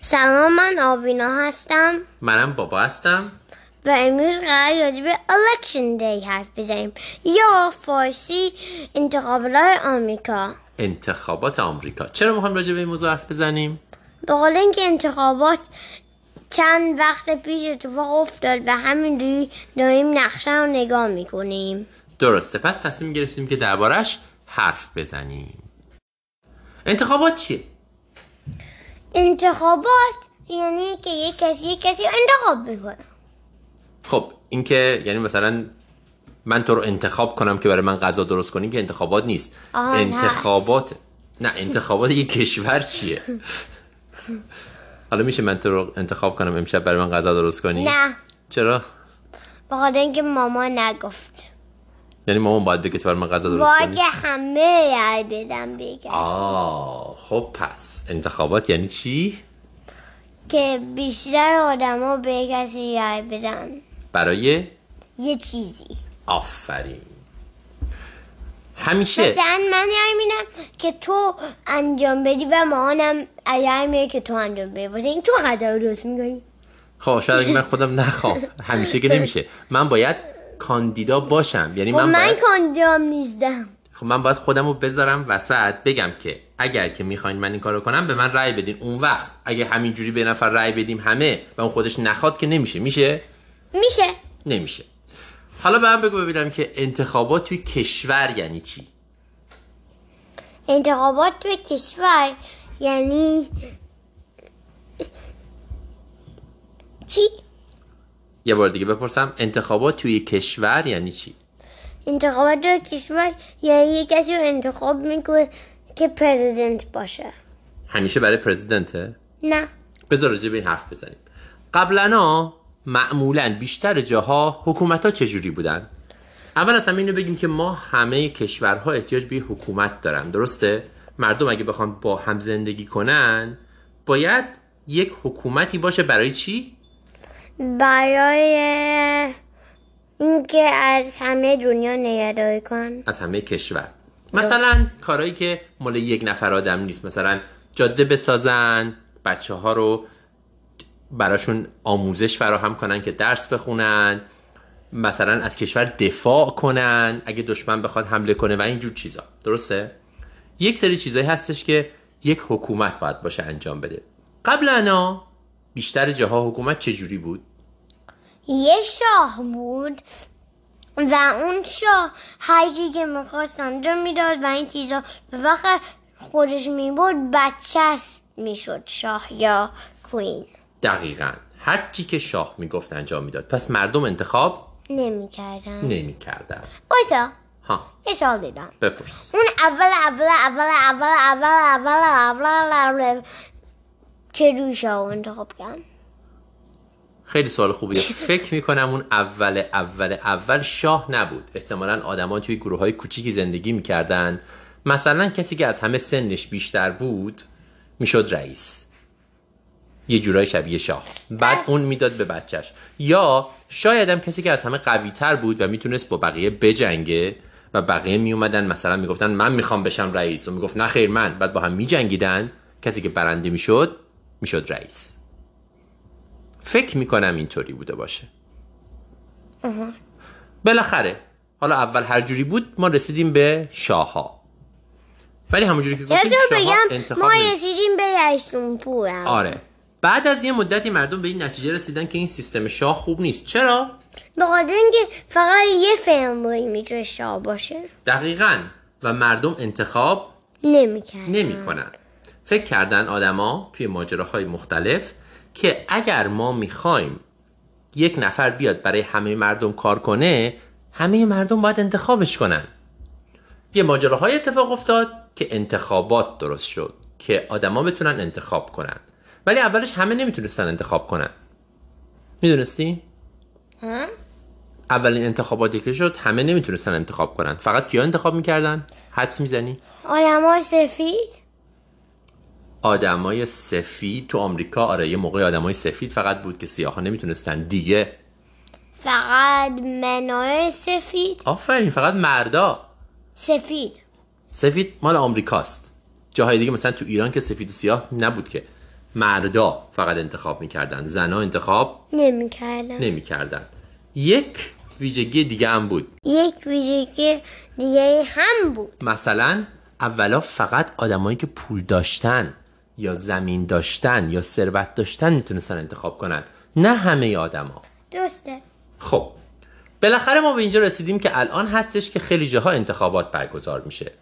سلام من آوینا هستم منم بابا هستم و امروز قرار راجع به Election Day حرف بزنیم یا فارسی انتخابات آمریکا انتخابات آمریکا چرا میخوایم راجع به این موضوع حرف بزنیم به قول اینکه انتخابات چند وقت پیش اتفاق افتاد و همین روی داریم نقشه رو نگاه میکنیم درسته پس تصمیم گرفتیم که دربارش حرف بزنیم انتخابات چیه انتخابات یعنی که یک کسی یک کسی رو انتخاب میکنه خب اینکه یعنی مثلا من تو رو انتخاب کنم که برای من غذا درست کنی که انتخابات نیست آه، نه. انتخابات نه, انتخابات یه کشور چیه حالا میشه من تو رو انتخاب کنم امشب برای من غذا درست کنی نه چرا به خاطر اینکه ماما نگفت یعنی مامان باید بگه تو برای من غذا درست باید کنی که همه رای بدم بگم آه خب پس انتخابات یعنی چی که بیشتر آدما به یک کسی رای بدن برای یه چیزی آفرین همیشه مثلا من رای میدم که تو انجام بدی و مامانم رای میده که تو انجام بدی واسه این تو قدر رو درست میکنی خب شاید اگه من خودم نخوام همیشه که نمیشه من باید کاندیدا باشم یعنی و من خب من باید کاندیدام نیستم خب من باید خودم رو بذارم وسط بگم که اگر که میخواین من این کارو کنم به من رأی بدین اون وقت اگه همینجوری به نفر رأی بدیم همه و اون خودش نخواد که نمیشه میشه میشه نمیشه حالا به من بگو ببینم که انتخابات توی کشور یعنی چی انتخابات به کشور یعنی چی؟ یه بار دیگه بپرسم انتخابات توی کشور یعنی چی انتخابات به کشور یعنی یه کسی رو انتخاب میکنه که پرزیدنت باشه همیشه برای پرزیدنته نه بذار راجع به این حرف بزنیم قبلا معمولا بیشتر جاها حکومت ها چجوری بودن اول از همه اینو بگیم که ما همه کشورها احتیاج به یه حکومت دارن درسته مردم اگه بخوان با هم زندگی کنن باید یک حکومتی باشه برای چی برای اینکه از همه دنیا نگهداری کن از همه کشور مثلا کارهایی که مال یک نفر آدم نیست مثلا جاده بسازن بچه ها رو براشون آموزش فراهم کنن که درس بخونن مثلا از کشور دفاع کنن اگه دشمن بخواد حمله کنه و اینجور چیزا درسته یک سری چیزایی هستش که یک حکومت باید باشه انجام بده قبلا بیشتر جاها حکومت چجوری بود یه شاه بود و اون شاه هر چی که میخواست انجام میداد و این چیزا و وقت خودش میبود بچهش میشد شاه یا کوین دقیقا هر چی که شاه میگفت انجام میداد پس مردم انتخاب نمیکردن نمیکردن بایتا ها یه سال دیدم بپرس اون اول اول اول اول اول اول اول اول اول چه روی شاه رو انتخاب کردن خیلی سوال خوبیه فکر میکنم اون اول اول اول شاه نبود احتمالا آدما توی گروه های کوچیکی زندگی میکردن مثلا کسی که از همه سنش بیشتر بود میشد رئیس یه جورای شبیه شاه بعد اون میداد به بچهش یا شاید هم کسی که از همه قوی تر بود و میتونست با بقیه بجنگه و بقیه میومدن مثلا میگفتن من میخوام بشم رئیس و میگفت نه خیر من بعد با هم میجنگیدن کسی که برنده میشد میشد رئیس فکر میکنم اینطوری بوده باشه بالاخره حالا اول هر جوری بود ما رسیدیم به شاه ها ولی همونجوری که گفتیم یا شاه بگم خب، انتخاب ما نمی‌شدن. رسیدیم به رئیسون پورم آره بعد از یه مدتی مردم به این نتیجه رسیدن که این سیستم شاه خوب نیست چرا به خاطر اینکه فقط یه فیلمبوی میتونه شاه باشه دقیقا و مردم انتخاب نمیکرد نمیکنن فکر کردن آدما توی ماجراهای مختلف که اگر ما میخوایم یک نفر بیاد برای همه مردم کار کنه همه مردم باید انتخابش کنن یه ماجراهای اتفاق افتاد که انتخابات درست شد که آدما بتونن انتخاب کنن ولی اولش همه نمیتونستن انتخاب کنن میدونستی؟ اولین انتخاباتی که شد همه نمیتونستن انتخاب کنن فقط کیا انتخاب میکردن؟ حدس میزنی؟ آدم سفید آدمای سفید تو آمریکا آره یه موقع آدمای سفید فقط بود که سیاها نمیتونستن دیگه فقط منای سفید آفرین فقط مردا سفید سفید مال آمریکاست جاهای دیگه مثلا تو ایران که سفید و سیاه نبود که مردا فقط انتخاب میکردن زنها انتخاب نمیکردم نمیکردن یک ویژگی دیگه هم بود یک ویژگی دیگه هم بود مثلا اولا فقط آدمایی که پول داشتن یا زمین داشتن یا ثروت داشتن میتونستن انتخاب کنن نه همه آدما درسته خب بالاخره ما به اینجا رسیدیم که الان هستش که خیلی جاها انتخابات برگزار میشه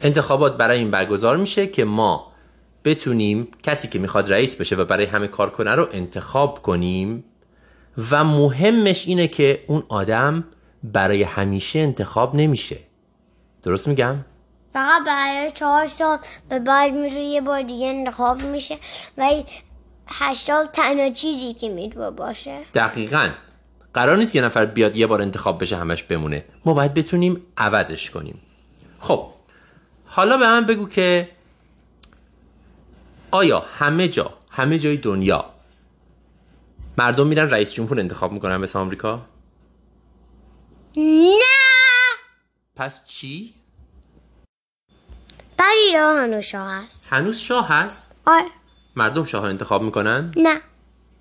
انتخابات برای این برگزار میشه که ما بتونیم کسی که میخواد رئیس بشه و برای همه کار کنه رو انتخاب کنیم و مهمش اینه که اون آدم برای همیشه انتخاب نمیشه درست میگم؟ فقط برای چهار سال به بعد میشه یه بار دیگه انتخاب میشه و این هشت سال تنها چیزی که میتونه باشه دقیقا قرار نیست یه نفر بیاد یه بار انتخاب بشه همش بمونه ما باید بتونیم عوضش کنیم خب حالا به من بگو که آیا همه جا همه جای دنیا مردم میرن رئیس جمهور انتخاب میکنن مثل آمریکا نه پس چی پری را هنوز هست هنوز شاه هست آره مردم شاه رو انتخاب میکنن نه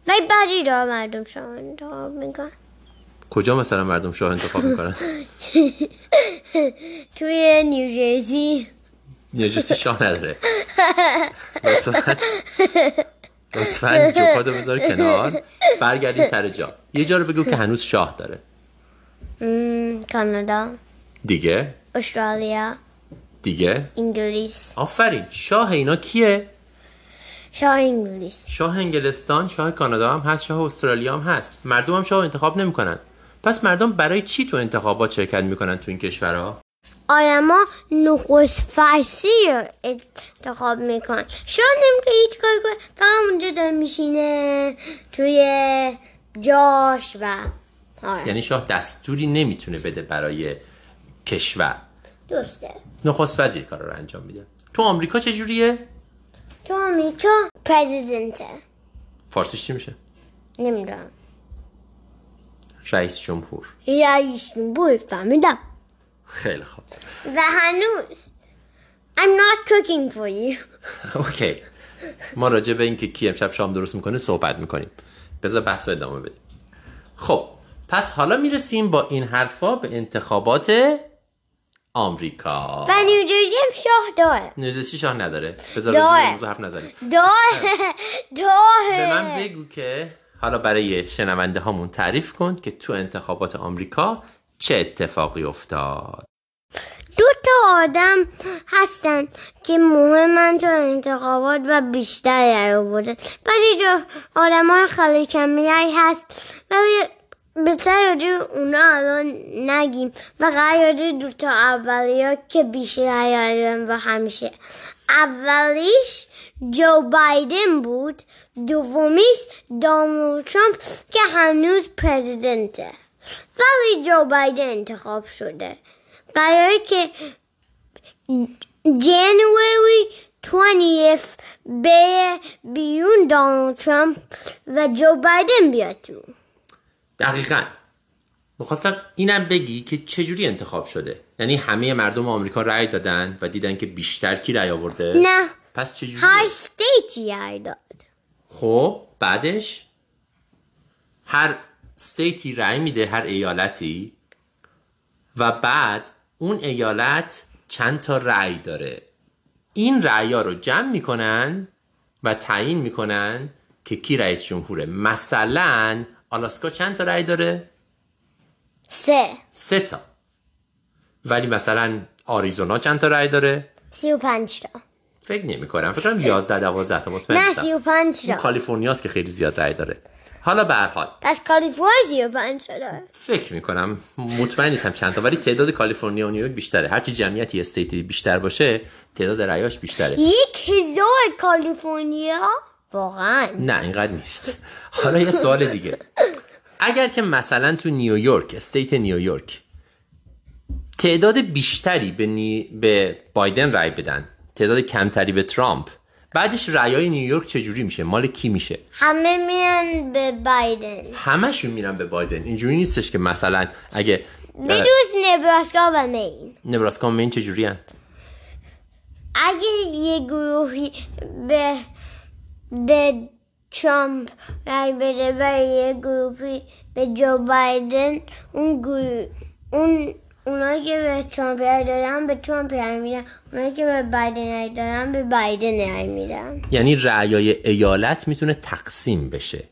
ولی بری را مردم شما انتخاب میکن کجا مثلا مردم شاه انتخاب میکنن توی نیوجرسی نیوجرسی شاه نداره لطفا لطفا جوکاتو بذار کنار برگردیم سر جا یه جا رو بگو که هنوز شاه داره مم، کانادا دیگه استرالیا دیگه انگلیس آفرین شاه اینا کیه شاه انگلیس شاه انگلستان شاه کانادا هم هست شاه استرالیا هم هست مردم هم شاه رو انتخاب نمیکنن پس مردم برای چی تو انتخابات شرکت میکنن تو این کشورها آدما نخست فرسی رو انتخاب میکن شاه نمیتونه هیچ کاری کنه فقط اونجا داره میشینه توی جاش و آره یعنی شاه دستوری نمیتونه بده برای کشور درسته نخست وزیر کار رو انجام میده تو آمریکا چجوریه تو آمریکا پرزیدنته فارسیش چی میشه نمیدونم رئیس جمهور رئیس جمهور فهمیدم خیلی خوب و هنوز I'm not cooking for you اوکی ما راجع به اینکه کی امشب شام درست میکنه صحبت میکنیم بذار بحث رو ادامه بدیم خب پس حالا میرسیم با این حرفا به انتخابات آمریکا و نیوجرسی هم شاه داره نیوزرسی شاه نداره بذار داره. راجع به این موضوع حرف نزنیم داره به داره من بگو که حالا برای شنونده هامون تعریف کن که تو انتخابات آمریکا چه اتفاقی افتاد دو تا آدم هستن که مهمن تو انتخابات و بیشتر رای آوردن بعضی جا آدم های خیلی کمی رای هست ولی بهتر راجع به اونا الان نگیم و قرار راجع به دو تا اولی ها که بیشتر رای آوردن و همیشه اولیش جو بایدن بود دومیش دانالد ترامپ که هنوز پرزیدنته ولی جو بایدن انتخاب شده قراره که جنوری 20th به بیرون دانالد ترامپ و جو بایدن بیاد تو دقیقا میخواستم اینم بگی که چجوری انتخاب شده یعنی همه مردم آمریکا رأی دادن و دیدن که بیشتر کی رأی آورده نه پس چجوری هر ستیتی رای داد خب بعدش هر ستیتی رأی میده هر ایالتی و بعد اون ایالت چند تا رأی داره این رأی رو جمع میکنن و تعیین میکنن که کی رئیس جمهوره مثلا آلاسکا چند تا رأی داره سه سه تا ولی مثلا آریزونا چند تا رأی داره سی و پنج تا فکر نمی کنم فکر کنم 11 12 تا مطمئن نه نیستم. سی و پنج اون تا کالیفرنیاست که خیلی زیاد رأی داره حالا به هر حال پس کالیفرنیا سی و پنج تا داره فکر می کنم مطمئن نیستم چند تا ولی تعداد کالیفرنیا و نیویورک بیشتره هرچی جمعیتی استیتی بیشتر باشه تعداد رأیاش بیشتره یک هزار کالیفرنیا واقعا نه اینقدر نیست حالا یه سوال دیگه اگر که مثلا تو نیویورک استیت نیویورک تعداد بیشتری به, نی... به بایدن رای بدن تعداد کمتری به ترامپ بعدش رأیای نیویورک چجوری میشه مال کی میشه همه میان به بایدن همشون میرن به بایدن اینجوری نیستش که مثلا اگه اه، بجز نبراسکا و مین نبراسکا و مین چجوری اگه یه گروهی به به ترامپ رای بده و یه گروپی به جو بایدن اون گروه اون اونایی که به ترامپ رای دادن به ترامپ رای میدن اونایی که به بایدن رای دادن به بایدن رای میدن یعنی رعیای ایالت میتونه تقسیم بشه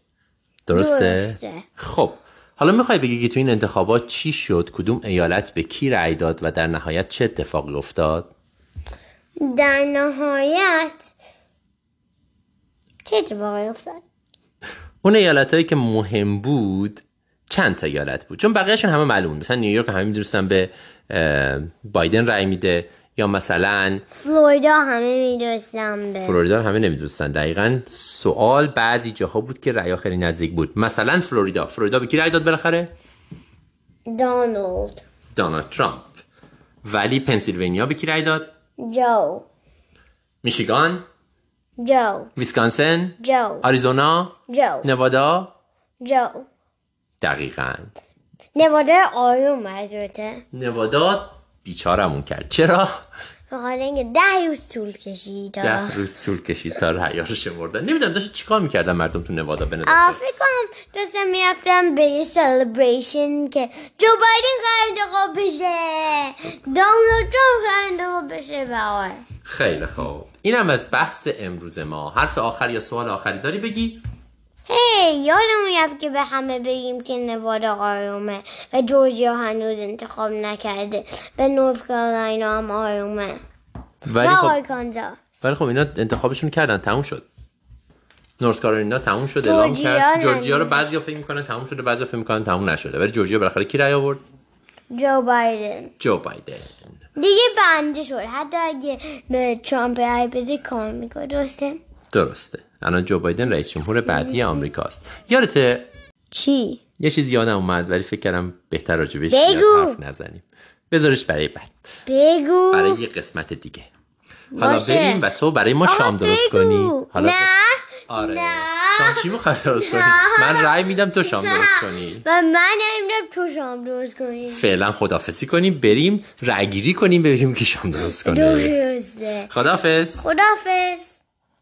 درسته؟ درسته. خب حالا میخوای بگی که تو این انتخابات چی شد کدوم ایالت به کی رأی داد و در نهایت چه اتفاقی افتاد در نهایت چه اتفاقی افتاد اون ایالت هایی که مهم بود چند تا ایالت بود چون بقیهشون همه معلوم بود. مثلا نیویورک همه میدونستن به اه، بایدن رأی میده یا مثلا فلوریدا همه میدونستم به فلوریدا رو همه نمیدونستن دقیقا سوال بعضی جاها بود که رأی خیلی نزدیک بود مثلا فلوریدا فلوریدا به کی رأی داد بالاخره دانالد دونالد ترامپ ولی پنسیلوانیا به کی رأی داد جو میشیگان جو ویسکانسن جو آریزونا جو نوادا جو دقیقا نواده آریو مزرده نوادا بیچارمون کرد چرا بخاطر اینکه ده روز طول کشید تا- ده روز طول کشید تا رأیا رو شمردن نمیدونم داشت چیکار میکردن مردم تو نوادا به نظر آه، فکر کنم داشتم میرفتم به یه سلبریشن که جو بایدن قرار انتخاب بشه دانالد ترامپ قرار انتخاب بشه و خیلی خوب اینم از بحث امروز ما حرف آخر یا سوال آخری داری بگی هی یادمون رفت که به همه بگیم که نوادا آرومه و جورجیا هنوز انتخاب نکرده به نورف کارولاینا هم آرومه ولی و خب آرکانزا ولی خب اینا انتخابشون کردن تموم شد نورس کارولینا تموم شد اعلام جورجیا کرد نه. جورجیا رو بعضیا فکر میکنن تموم شده بعضیا فکر میکنن تموم نشده ولی جورجیا بالاخره کی رأی آورد جو بایدن جو بایدن دیگه بنده شد حتی اگه به ترامپ رای بده کار میکنه درسته درسته الان جو بایدن رئیس جمهور بعدی آمریکاست یادته چی یه چیز یادم اومد ولی فکر کردم بهتر راجبش بگو. زیاد حرف نزنیم بذارش برای بعد بگو برای یه قسمت دیگه حالا خب. باشه. بریم و تو برای ما آقا شام درست بگو. کنی حالا نه آره نه. شام چی میخوای درست کنی من رأی میدم تو شام درست کنی و من نمیدونم تو شام درست کنی فعلا خدافسی کنیم آره. بریم رأیگیری کنیم ببینیم که شام درست کنه درسته خدافز خدافز